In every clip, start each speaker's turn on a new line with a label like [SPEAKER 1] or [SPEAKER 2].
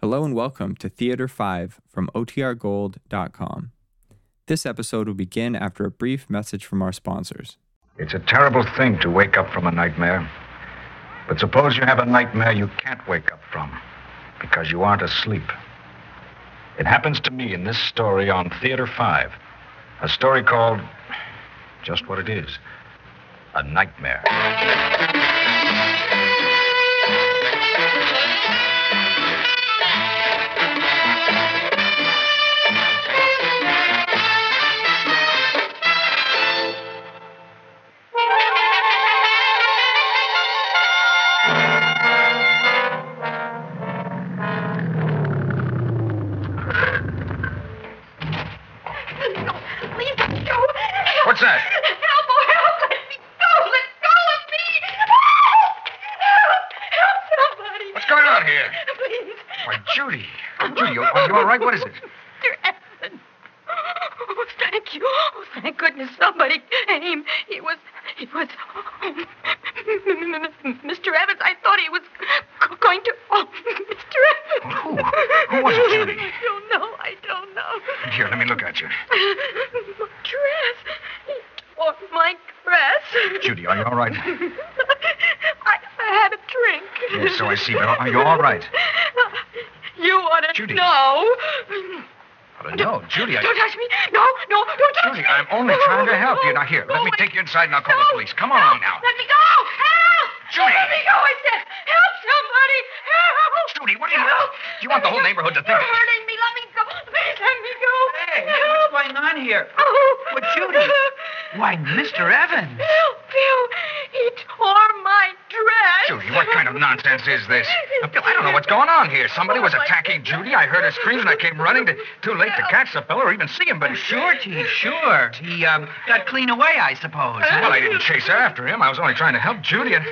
[SPEAKER 1] Hello and welcome to Theater 5 from OTRGold.com. This episode will begin after a brief message from our sponsors.
[SPEAKER 2] It's a terrible thing to wake up from a nightmare. But suppose you have a nightmare you can't wake up from because you aren't asleep. It happens to me in this story on Theater 5, a story called just what it is a nightmare.
[SPEAKER 3] No, please let me go. Help.
[SPEAKER 2] What's that?
[SPEAKER 3] Help, oh, help. Let me go. Let go of me. Help. Help. Help somebody.
[SPEAKER 2] What's going on here?
[SPEAKER 3] Please.
[SPEAKER 2] Why, Judy. Judy, you- are you all right? What is it?
[SPEAKER 3] Mr. Evans. Oh, thank you. Oh, thank goodness somebody came. He was. He was. Mr. Evans, I thought he was g- going to. Oh, Mr. Evans.
[SPEAKER 2] Who? Who was it, Judy?
[SPEAKER 3] I don't know. I don't know.
[SPEAKER 2] Here, let me look at you.
[SPEAKER 3] My dress. He tore my dress.
[SPEAKER 2] Judy, are you all right?
[SPEAKER 3] I, I had a drink.
[SPEAKER 2] Yes, so I see, but are you all right?
[SPEAKER 3] You ought to
[SPEAKER 2] Judy.
[SPEAKER 3] know.
[SPEAKER 2] Well, Uh, no, Judy, I.
[SPEAKER 3] Don't touch me. No, no, don't touch
[SPEAKER 2] Judy,
[SPEAKER 3] me.
[SPEAKER 2] I'm only trying to help you. Now, here, let me
[SPEAKER 3] Oh,
[SPEAKER 2] take you inside and I'll call
[SPEAKER 3] no,
[SPEAKER 2] the police. Come
[SPEAKER 3] no,
[SPEAKER 2] on now.
[SPEAKER 3] Let me go. Help.
[SPEAKER 2] Judy. Oh,
[SPEAKER 3] Let me go, I said. Help somebody. Help.
[SPEAKER 2] Judy, what do you-
[SPEAKER 3] Help.
[SPEAKER 2] you want the
[SPEAKER 3] Let
[SPEAKER 2] whole
[SPEAKER 3] me go.
[SPEAKER 2] neighborhood to think
[SPEAKER 3] You're
[SPEAKER 2] of it.
[SPEAKER 3] hurting me. Let me go. Please let me go.
[SPEAKER 4] Hey,
[SPEAKER 3] Help.
[SPEAKER 4] what's going on here?
[SPEAKER 3] Oh.
[SPEAKER 4] But, Judy, Why, Mr. Evans.
[SPEAKER 3] Bill, Bill, he tore my dress.
[SPEAKER 2] Judy, what kind of nonsense is this? Now, Bill, I don't know what's going on here. Somebody was
[SPEAKER 3] Oh, my
[SPEAKER 2] attacking
[SPEAKER 3] goodness.
[SPEAKER 2] Judy. I heard her screams and I came running to, too late to catch the fellow or even see him, but
[SPEAKER 4] Sure, T, sure. He um, got clean away, I suppose.
[SPEAKER 2] Well, I didn't chase after him. I was only trying to help Judy. And,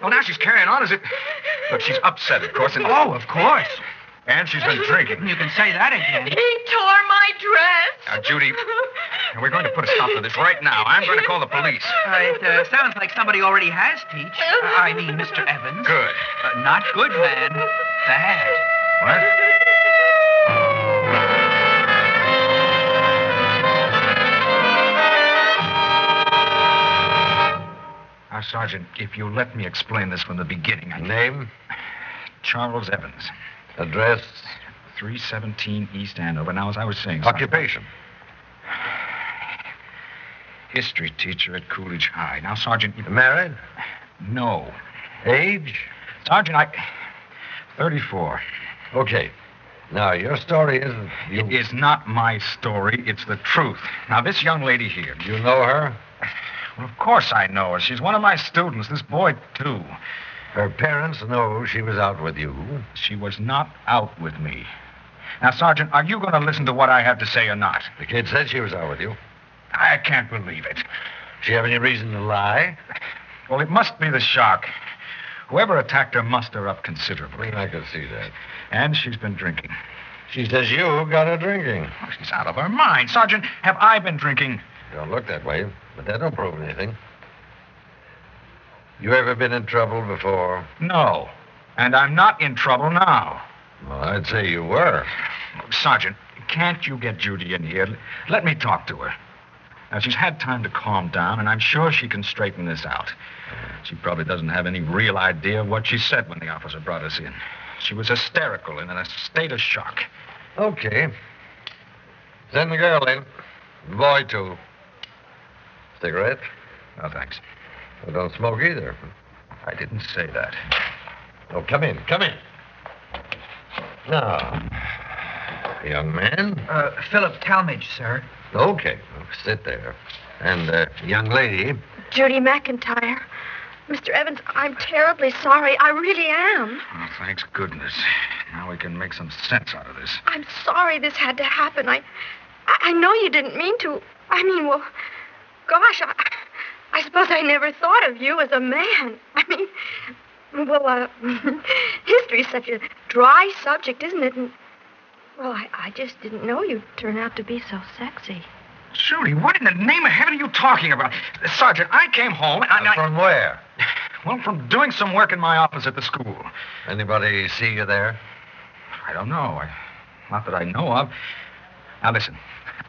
[SPEAKER 2] well, now she's carrying on as it. Look, she's upset, of course. And,
[SPEAKER 4] Oh, of course.
[SPEAKER 2] And she's been drinking.
[SPEAKER 4] You can say that again.
[SPEAKER 3] He tore my dress.
[SPEAKER 2] Now, Judy, we're going to put a stop to this right now. I'm going to call the police.
[SPEAKER 4] Uh, it uh, sounds like somebody already has, Teach. Uh, I mean, Mr. Evans.
[SPEAKER 2] Good.
[SPEAKER 4] Uh, not good, man. Bad.
[SPEAKER 2] What? Now, Sergeant, if you let me explain this from the beginning. I... Name? Charles Evans.
[SPEAKER 5] Address?
[SPEAKER 2] 317 East Hanover. Now, as I was saying. Sergeant-
[SPEAKER 5] Occupation.
[SPEAKER 2] History teacher at Coolidge High. Now, Sergeant, you...
[SPEAKER 5] Married?
[SPEAKER 2] no.
[SPEAKER 5] Age?
[SPEAKER 2] Sergeant, I. 34.
[SPEAKER 5] Okay. Now, your story isn't. You,
[SPEAKER 2] It is not my story, it's the truth. Now, this young lady here.
[SPEAKER 5] You know her?
[SPEAKER 2] Well, of course I know her. She's one of my students. This boy, too.
[SPEAKER 5] Her parents know she was out with you.
[SPEAKER 2] She was not out with me. Now, Sergeant, are you going to listen to what I have to say or not?
[SPEAKER 5] The kid said she was out with you.
[SPEAKER 2] I can't believe it.
[SPEAKER 5] She have any reason to lie?
[SPEAKER 2] Well, it must be the shock. Whoever attacked her mussed her up considerably.
[SPEAKER 5] I could see that.
[SPEAKER 2] And she's been drinking.
[SPEAKER 5] She says you got her drinking.
[SPEAKER 2] Oh, she's out of her mind. Sergeant, have I been drinking?
[SPEAKER 5] Don't look that way, but that don't prove anything. You ever been in trouble before?
[SPEAKER 2] No. And I'm not in trouble now.
[SPEAKER 5] Well, I'd say you were.
[SPEAKER 2] Sergeant, can't you get Judy in here? L- Let me talk to her. Now, she's had time to calm down, and I'm sure she can straighten this out. She probably doesn't have any real idea of what she said when the officer brought us in. She was hysterical and in a state of shock.
[SPEAKER 5] Okay. Send the girl in. The boy, too. Cigarette?
[SPEAKER 2] No, thanks.
[SPEAKER 5] Well, don't smoke either.
[SPEAKER 2] I didn't say that.
[SPEAKER 5] Oh, come in, come in. Now, young man.
[SPEAKER 4] Uh, Philip Talmage, sir.
[SPEAKER 5] Okay, sit there. And, uh, young lady,
[SPEAKER 2] Oh,
[SPEAKER 3] Judy McIntyre. Mr. Evans, I'm terribly sorry. I really am.
[SPEAKER 2] Oh, thanks goodness. Now we can make some sense out of this.
[SPEAKER 3] I'm sorry this had to happen. I, I, I know you didn't mean to. I mean, well, gosh, I, I suppose I never thought of you as a man. I mean, well, uh, history's such a dry subject, isn't it? And, well, I, I just didn't know you'd turn out to be so sexy.
[SPEAKER 2] Judy, what in the name of heaven are you talking about? Sergeant, I came home and I.
[SPEAKER 5] from where?
[SPEAKER 2] Well, from doing some work in my office at the school.
[SPEAKER 5] Anybody see you there?
[SPEAKER 2] I don't know. I, not that I know of. Now, listen.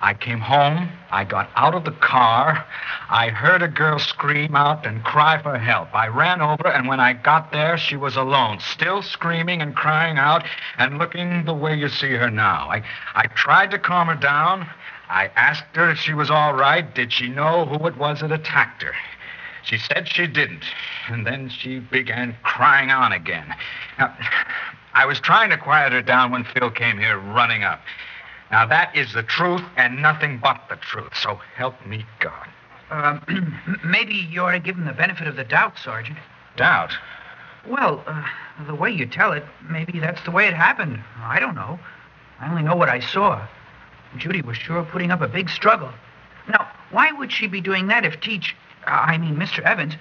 [SPEAKER 2] I came home. I got out of the car. I heard a girl scream out and cry for help. I ran over, and when I got there, she was alone, still screaming and crying out and looking the way you see her now. I, I tried to calm her down. I asked her if she was all right. Did she know who it was that attacked her? She said she didn't. And then she began crying on again. Now, I was trying to quiet her down when Phil came here running up. Now, that is the truth and nothing but the truth. So help me God.
[SPEAKER 4] Um, maybe you ought to give him the benefit of the doubt, Sergeant.
[SPEAKER 2] Doubt?
[SPEAKER 4] Well, uh, the way you tell it, maybe that's the way it happened. I don't know. I only know what I saw. Judy was sure putting up a big struggle. Now, why would she be doing that if Teach, uh, I mean Mr. Evans,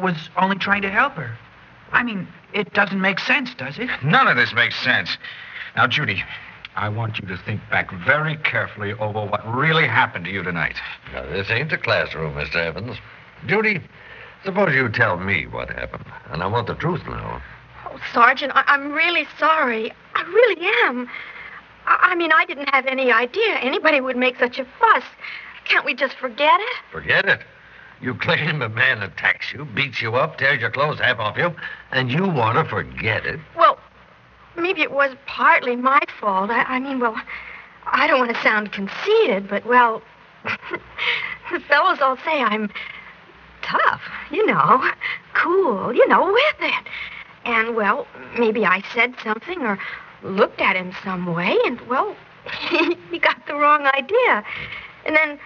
[SPEAKER 4] was only trying to help her? I mean, it doesn't make sense, does it?
[SPEAKER 2] None of this makes sense. Now, Judy, I want you to think back very carefully over what really happened to you tonight.
[SPEAKER 5] Now, this ain't the classroom, Mr. Evans. Judy, suppose you tell me what happened. And I want the truth now.
[SPEAKER 3] Oh, Sergeant, I- I'm really sorry. I really am. I-, I mean, I didn't have any idea anybody would make such a fuss. Can't we just forget it?
[SPEAKER 5] Forget it. You claim a man attacks you, beats you up, tears your clothes half off you, and you want to forget it.
[SPEAKER 3] Well, maybe it was partly my fault. I, I mean, well, I don't want to sound conceited, but, well, the fellows all say I'm tough, you know, cool, you know, with it. And, well, maybe I said something or looked at him some way, and, well, he got the wrong idea. And then,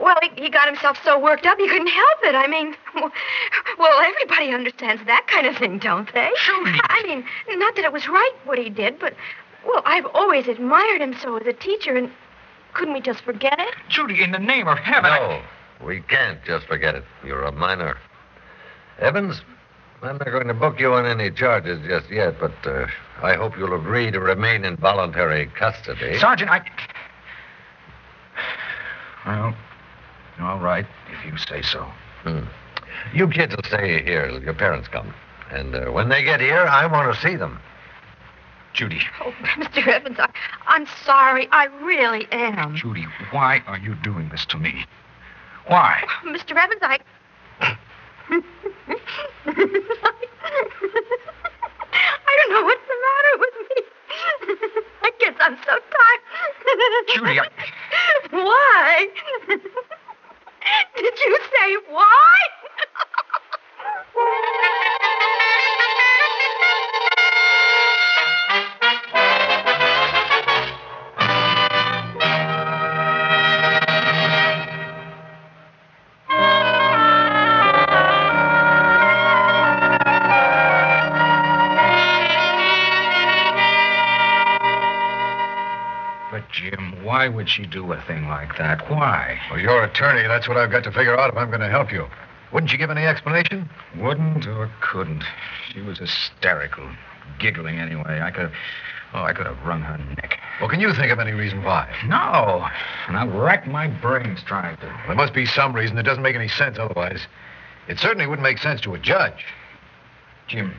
[SPEAKER 3] well, he, he got himself so worked up he couldn't help it. I mean, well, everybody understands that kind of thing, don't they?
[SPEAKER 2] Judy.
[SPEAKER 3] I mean, not that it was right what he did, but, well, I've always admired him so as a teacher, and couldn't we just forget it?
[SPEAKER 2] Judy, in the name of heaven. I-
[SPEAKER 5] No, we can't just forget it. You're a minor. Evans, I'm not going to book you on any charges just yet, but uh, I hope you'll agree to remain in voluntary custody.
[SPEAKER 2] Sergeant, I. Well, all right, if you say so.
[SPEAKER 5] Hmm. You kids will stay here till your parents come. And uh, when they get here, I want to see them.
[SPEAKER 2] Judy,
[SPEAKER 3] Oh, Mr. Evans, I, I'm sorry. I really am.
[SPEAKER 2] Judy, why are you doing this to me? Why?
[SPEAKER 3] Mr. Evans, I. I don't know what's the matter with me. I guess I'm so tired.
[SPEAKER 2] Judy, I-
[SPEAKER 3] Why? Did you say why?
[SPEAKER 2] But, Jim, why would she do a thing like that? Why?
[SPEAKER 5] Well, you're attorney. That's what I've got to figure out if I'm going to help you. Wouldn't you give any explanation?
[SPEAKER 2] Wouldn't or couldn't. She was hysterical, giggling anyway. I could have, oh, I could have wrung her neck.
[SPEAKER 5] Well, can you think of any reason why?
[SPEAKER 2] No, and I racked my brains trying to.
[SPEAKER 5] There must be some reason. It doesn't make any sense otherwise. It certainly wouldn't make sense to a judge.
[SPEAKER 2] Jim,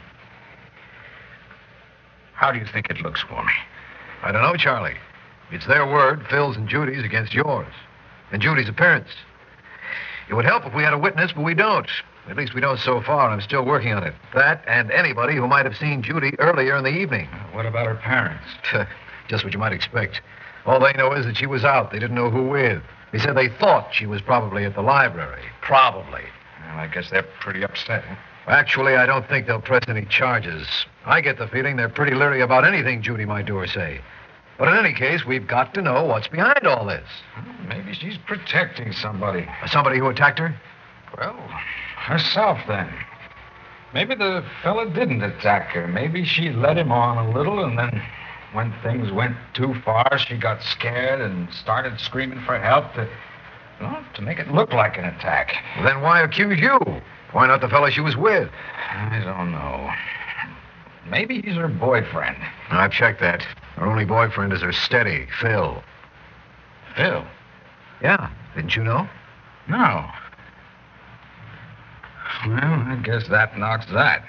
[SPEAKER 2] how do you think it looks for me?
[SPEAKER 5] I don't know, Charlie. It's their word, Phil's and Judy's, against yours. And Judy's appearance. It would help if we had a witness, but we don't. At least we don't so far. I'm still working on it. That and anybody who might have seen Judy earlier in the evening.
[SPEAKER 2] What about her parents?
[SPEAKER 5] Just what you might expect. All they know is that she was out. They didn't know who with. They said they thought she was probably at the library. Probably.
[SPEAKER 2] Well, I guess they're pretty upset. huh?
[SPEAKER 5] Actually, I don't think they'll press any charges. I get the feeling they're pretty leery about anything Judy might do or say. But in any case, we've got to know what's behind all this.
[SPEAKER 2] Hmm,
[SPEAKER 5] Uh,
[SPEAKER 2] Maybe she's protecting somebody.
[SPEAKER 5] Somebody who attacked her?
[SPEAKER 2] Well, herself then. Maybe the fella didn't attack her. Maybe she led him on a little, and then when things went too far, she got scared and started screaming for help to, well, to make it look like an attack.
[SPEAKER 5] Then why accuse you? Why not the fellow she was with?
[SPEAKER 2] I don't know. Maybe he's her boyfriend.
[SPEAKER 5] I've checked that. Her only boyfriend is her steady, Phil.
[SPEAKER 2] Phil?
[SPEAKER 5] Yeah, didn't you know?
[SPEAKER 2] No. Well, I guess that knocks that.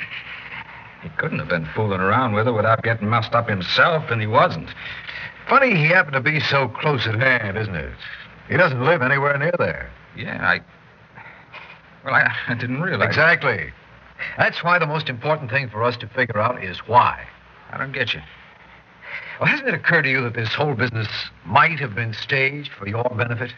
[SPEAKER 2] He couldn't have been fooling around with her without getting messed up himself, and he wasn't.
[SPEAKER 5] Funny he happened to be so close at hand, isn't it? He doesn't live anywhere near there.
[SPEAKER 2] Yeah, I. Well, I, I didn't realize.
[SPEAKER 5] Exactly. That's why the most important thing for us to figure out is why.
[SPEAKER 2] I don't get you.
[SPEAKER 5] Well, hasn't it occurred to you that this whole business might have been staged for your benefit?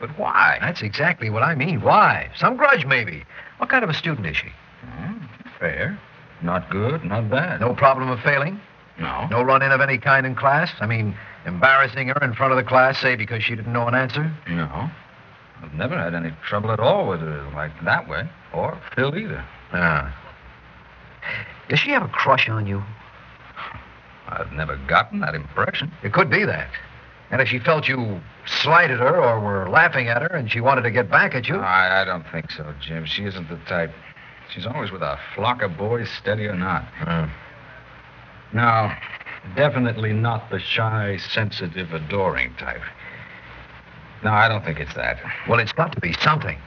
[SPEAKER 2] But why?
[SPEAKER 5] That's exactly what I mean. Why? Some grudge, maybe. What kind of a student is she?
[SPEAKER 2] Hmm, fair. Not good, not bad.
[SPEAKER 5] No problem of failing?
[SPEAKER 2] No.
[SPEAKER 5] No run in of any kind in class? I mean, embarrassing her in front of the class, say, because she didn't know an answer?
[SPEAKER 2] No. I've never had any trouble at all with her like that way, or Phil either.
[SPEAKER 5] Ah. Does she have a crush on you?
[SPEAKER 2] I've never gotten that impression.
[SPEAKER 5] It could be that. And if she felt you slighted her or were laughing at her and she wanted to get back at you.
[SPEAKER 2] No, I, I don't think so, Jim. She isn't the type. She's always with a flock of boys, steady or not.
[SPEAKER 5] Hmm.
[SPEAKER 2] No, definitely not the shy, sensitive, adoring type. No, I don't think it's that.
[SPEAKER 5] Well, it's got to be something.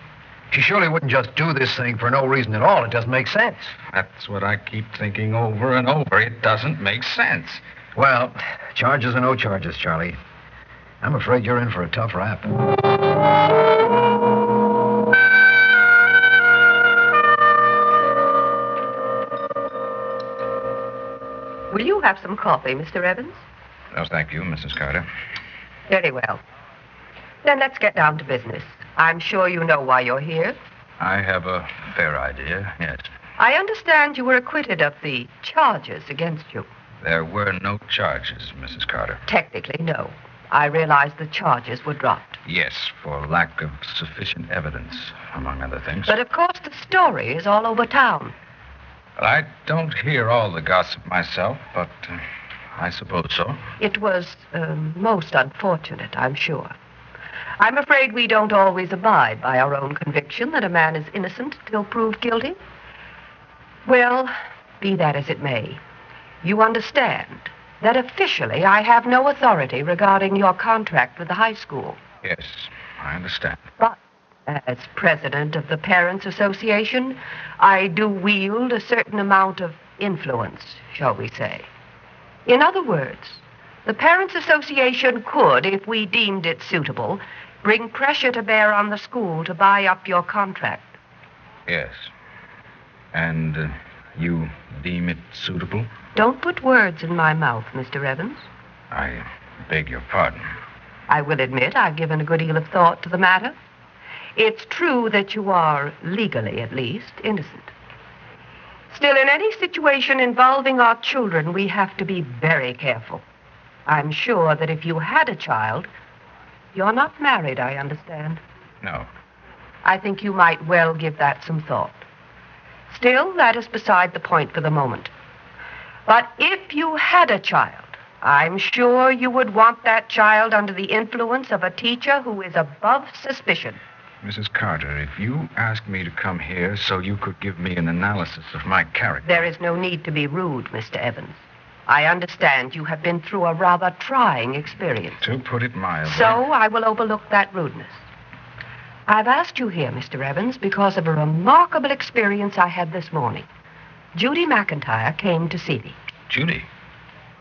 [SPEAKER 5] She surely wouldn't just do this thing for no reason at all. It doesn't make sense.
[SPEAKER 2] That's what I keep thinking over and over. It doesn't make sense.
[SPEAKER 5] Well, charges or no charges, Charlie. I'm afraid you're in for a tough rap.
[SPEAKER 3] Will you have some coffee, Mr. Evans?
[SPEAKER 2] No, thank you, Mrs. Carter.
[SPEAKER 3] Very well. Then let's get down to business. I'm sure you know why you're here.
[SPEAKER 2] I have a fair idea, yes.
[SPEAKER 3] I understand you were acquitted of the charges against you.
[SPEAKER 2] There were no charges, Mrs. Carter.
[SPEAKER 3] Technically, no. I realize the charges were dropped.
[SPEAKER 2] Yes, for lack of sufficient evidence, among other things.
[SPEAKER 3] But of course, the story is all over town.
[SPEAKER 2] Well, I don't hear all the gossip myself, but uh, I suppose so.
[SPEAKER 3] It was um, most unfortunate, I'm sure. I'm afraid we don't always abide by our own conviction that a man is innocent till proved guilty. Well, be that as it may, you understand that officially I have no authority regarding your contract with the high school.
[SPEAKER 2] Yes, I understand.
[SPEAKER 3] But as president of the Parents Association, I do wield a certain amount of influence, shall we say. In other words, the Parents Association could, if we deemed it suitable, bring pressure to bear on the school to buy up your contract.
[SPEAKER 2] Yes. And uh, you deem it suitable?
[SPEAKER 3] Don't put words in my mouth, Mr. Evans.
[SPEAKER 2] I beg your pardon.
[SPEAKER 3] I will admit I've given a good deal of thought to the matter. It's true that you are, legally at least, innocent. Still, in any situation involving our children, we have to be very careful. I'm sure that if you had a child, you're not married, I understand.
[SPEAKER 2] No.
[SPEAKER 3] I think you might well give that some thought. Still, that is beside the point for the moment. But if you had a child, I'm sure you would want that child under the influence of a teacher who is above suspicion.
[SPEAKER 2] Mrs. Carter, if you asked me to come here so you could give me an analysis of my character.
[SPEAKER 3] There is no need to be rude, Mr. Evans. I understand you have been through a rather trying experience.
[SPEAKER 2] To put it mildly.
[SPEAKER 3] So I will overlook that rudeness. I've asked you here, Mr. Evans, because of a remarkable experience I had this morning. Judy McIntyre came to see me,
[SPEAKER 2] Judy.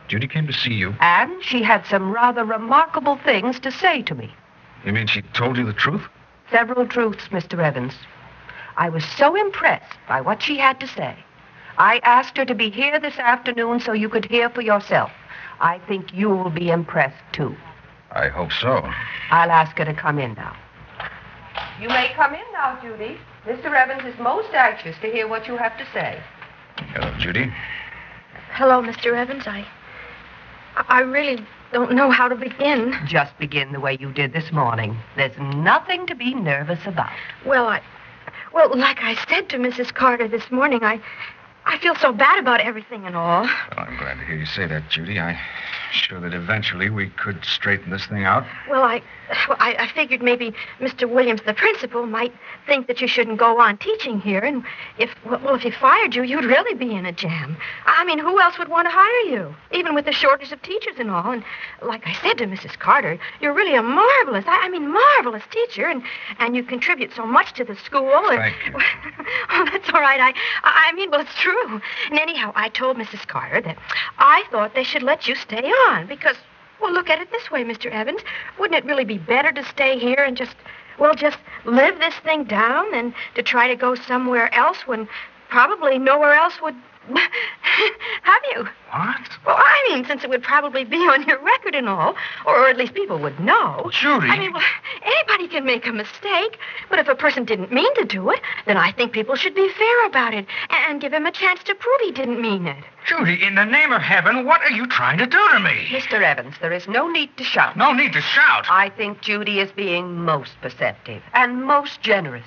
[SPEAKER 2] Judy came to see you.
[SPEAKER 3] and she had some rather remarkable things to say to me.
[SPEAKER 2] You mean she told you the truth?
[SPEAKER 3] Several truths, Mr. Evans. I was so impressed by what she had to say. I asked her to be here this afternoon so you could hear for yourself. I think you'll be impressed, too.
[SPEAKER 2] I hope so.
[SPEAKER 3] I'll ask her to come in now. You may come in now, Judy. Mr. Evans is most anxious to hear what you have to say.
[SPEAKER 2] Hello, Judy.
[SPEAKER 6] Hello, Mr. Evans. I. I really don't know how to begin.
[SPEAKER 3] Just begin the way you did this morning. There's nothing to be nervous about.
[SPEAKER 6] Well, I. Well, like I said to Mrs. Carter this morning, I. I feel so bad about everything and all.
[SPEAKER 2] Well, I'm glad to hear you say that, Judy. I'm sure that eventually we could straighten this thing out.
[SPEAKER 6] Well, I, well, I, I figured maybe Mr. Williams, the principal, might think that you shouldn't go on teaching here, and if well, if he fired you, you'd really be in a jam. I mean, who else would want to hire you, even with the shortage of teachers and all? And like I said to Mrs. Carter, you're really a marvelous, I, I mean, marvelous teacher, and and you contribute so much to the school. and-
[SPEAKER 2] Thank you.
[SPEAKER 6] oh, that's all right. I, I mean, well, it's true.
[SPEAKER 3] true. And anyhow, I told Mrs. Carter that I thought they should let you stay on because, well, look at it this way, Mr. Evans. Wouldn't it really be better to stay here and just, well, just live this thing down than to try to go somewhere else when probably nowhere else would have you?
[SPEAKER 2] What?
[SPEAKER 3] Well, I mean, since it would probably be on your record and all, or, or at least people would know.
[SPEAKER 2] Judy.
[SPEAKER 3] I mean, well, anybody can make a mistake, but if a person didn't mean to do it, then I think people should be fair about it and, and give him a chance to prove he didn't mean it.
[SPEAKER 2] Judy, in the name of heaven, what are you trying to do to me?
[SPEAKER 7] Mr. Evans, there is no need to shout.
[SPEAKER 2] No need to shout.
[SPEAKER 7] I think Judy is being most perceptive and most generous.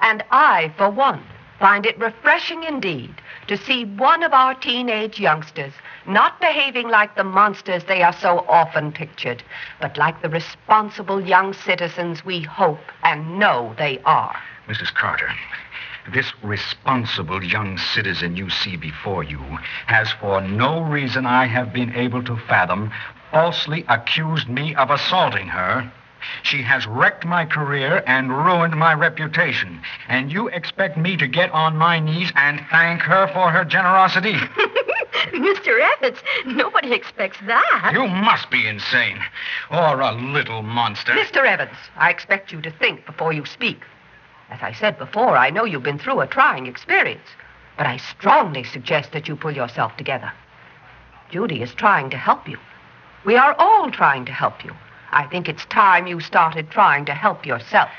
[SPEAKER 7] And I, for one, find it refreshing indeed to see one of our teenage youngsters not behaving like the monsters they are so often pictured, but like the responsible young citizens we hope and know they are.
[SPEAKER 2] Mrs. Carter, this responsible young citizen you see before you has, for no reason I have been able to fathom, falsely accused me of assaulting her. She has wrecked my career and ruined my reputation. And you expect me to get on my knees and thank her for her generosity?
[SPEAKER 3] Mr. Evans, nobody expects that.
[SPEAKER 2] you must be insane. Or a little monster.
[SPEAKER 7] Mr. Evans, I expect you to think before you speak. As I said before, I know you've been through a trying experience, but I strongly suggest that you pull yourself together. Judy is trying to help you. We are all trying to help you. I think it's time you started trying to help yourself.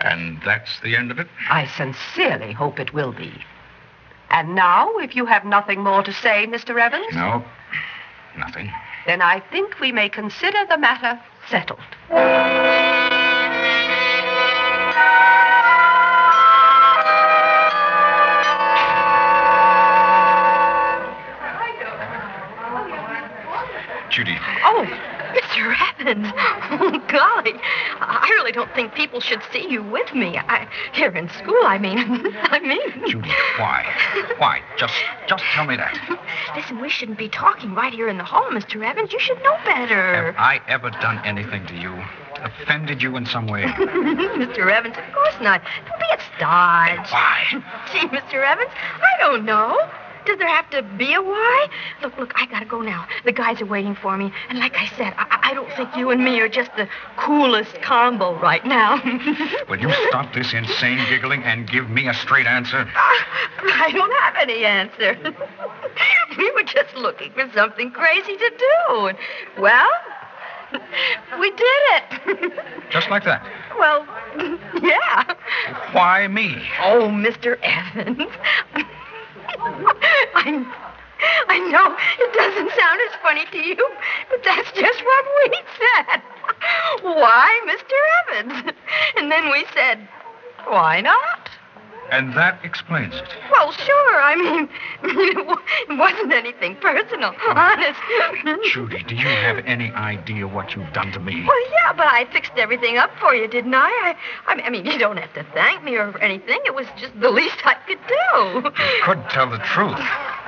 [SPEAKER 2] And that's the end of it?
[SPEAKER 7] I sincerely hope it will be. And now, if you have nothing more to say, Mr. Evans,
[SPEAKER 2] No, nothing.
[SPEAKER 7] then I think we may consider the matter settled.
[SPEAKER 2] Judy,
[SPEAKER 3] Oh, Mr. Evans. Oh, golly. I really don't think people should see you with me. I, here in school, I mean. I mean.
[SPEAKER 2] Judy, why? Why? Just, just tell me that.
[SPEAKER 3] Listen, we shouldn't be talking right here in the hall, Mr. Evans. You should know
[SPEAKER 2] Have
[SPEAKER 3] better.
[SPEAKER 2] I ever done anything to you? Offended you in some way?
[SPEAKER 3] Mr. Evans, of course not. Don't be a stodge.
[SPEAKER 2] Why?
[SPEAKER 3] Gee, Mr. Evans, I don't know. Does there have to be a why? Look, look, I gotta go now. The guys are waiting for me. And like I said, I, I don't think you and me are just the coolest combo right now.
[SPEAKER 2] Will you stop this insane giggling and give me a straight answer?
[SPEAKER 3] I don't have any answer. we were just looking for something crazy to do. And, well, we did it.
[SPEAKER 2] Just like that.
[SPEAKER 3] well, yeah.
[SPEAKER 2] Why me?
[SPEAKER 3] Oh, Mr. Evans. I, I know it doesn't sound as funny to you, but that's just what we said. Why, Mr. Evans? And then we said, why not?
[SPEAKER 2] And that explains it.
[SPEAKER 3] Well, sure. I mean, it wa- it wasn't anything personal, honest.
[SPEAKER 2] Judy, do you have any idea what you've done to me?
[SPEAKER 3] Well, yeah, but I fixed everything up for you, didn't I? I, I mean- I mean, you don't have to thank me or anything. It was just the least I could do.
[SPEAKER 2] Could tell the truth.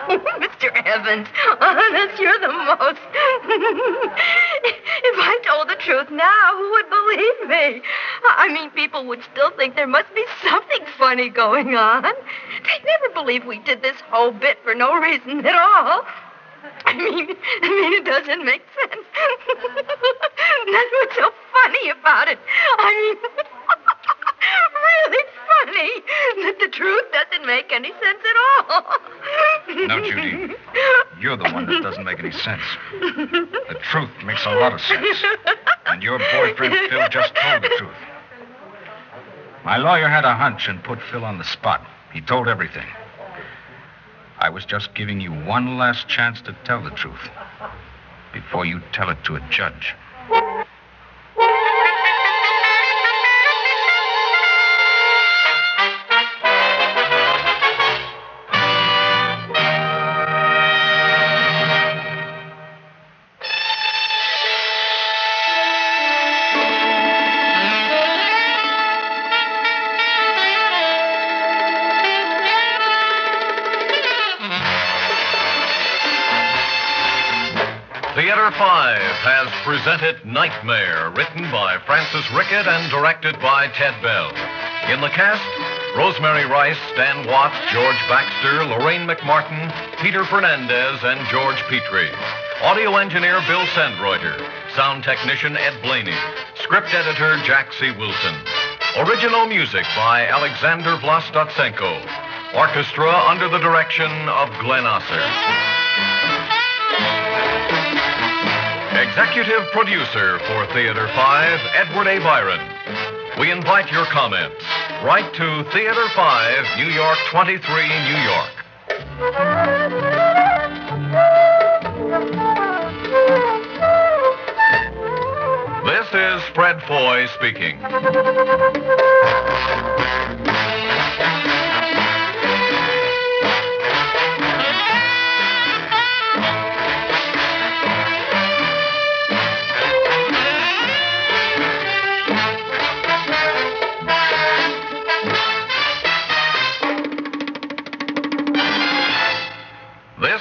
[SPEAKER 3] Mr. Evans, honest, you're the most. if I told the truth now, who would believe me? I- I mean, people would still think there must be something funny going on. They'd never believe we did this whole bit for no reason at all. I mean, I mean, it doesn't make sense. That's what's so funny about it. I mean, really funny that the truth doesn't make any sense at all.
[SPEAKER 2] No, Judy. You're the one that doesn't make any sense. The truth makes a lot of sense. And your boyfriend Phil just told the truth. My lawyer had a hunch and put Phil on the spot. He told everything. I was just giving you one last chance to tell the truth before you tell it to a judge.
[SPEAKER 6] Theater 5 has presented Nightmare, written by Francis Rickett and directed by Ted Bell. In the cast,
[SPEAKER 5] Rosemary Rice, Stan Watts, George Baxter, Lorraine McMartin, Peter Fernandez, and George Petrie. Audio engineer Bill Sandreuter. Sound technician Ed Blaney. Script editor Jack C. Wilson. Original music by Alexander Vlastotsenko. Orchestra under the direction of Glenn Osser. Executive producer for Theater 5, Edward A. Byron. We invite your comments. Write to Theater 5, New York 23, New York. This is Fred Foy speaking. This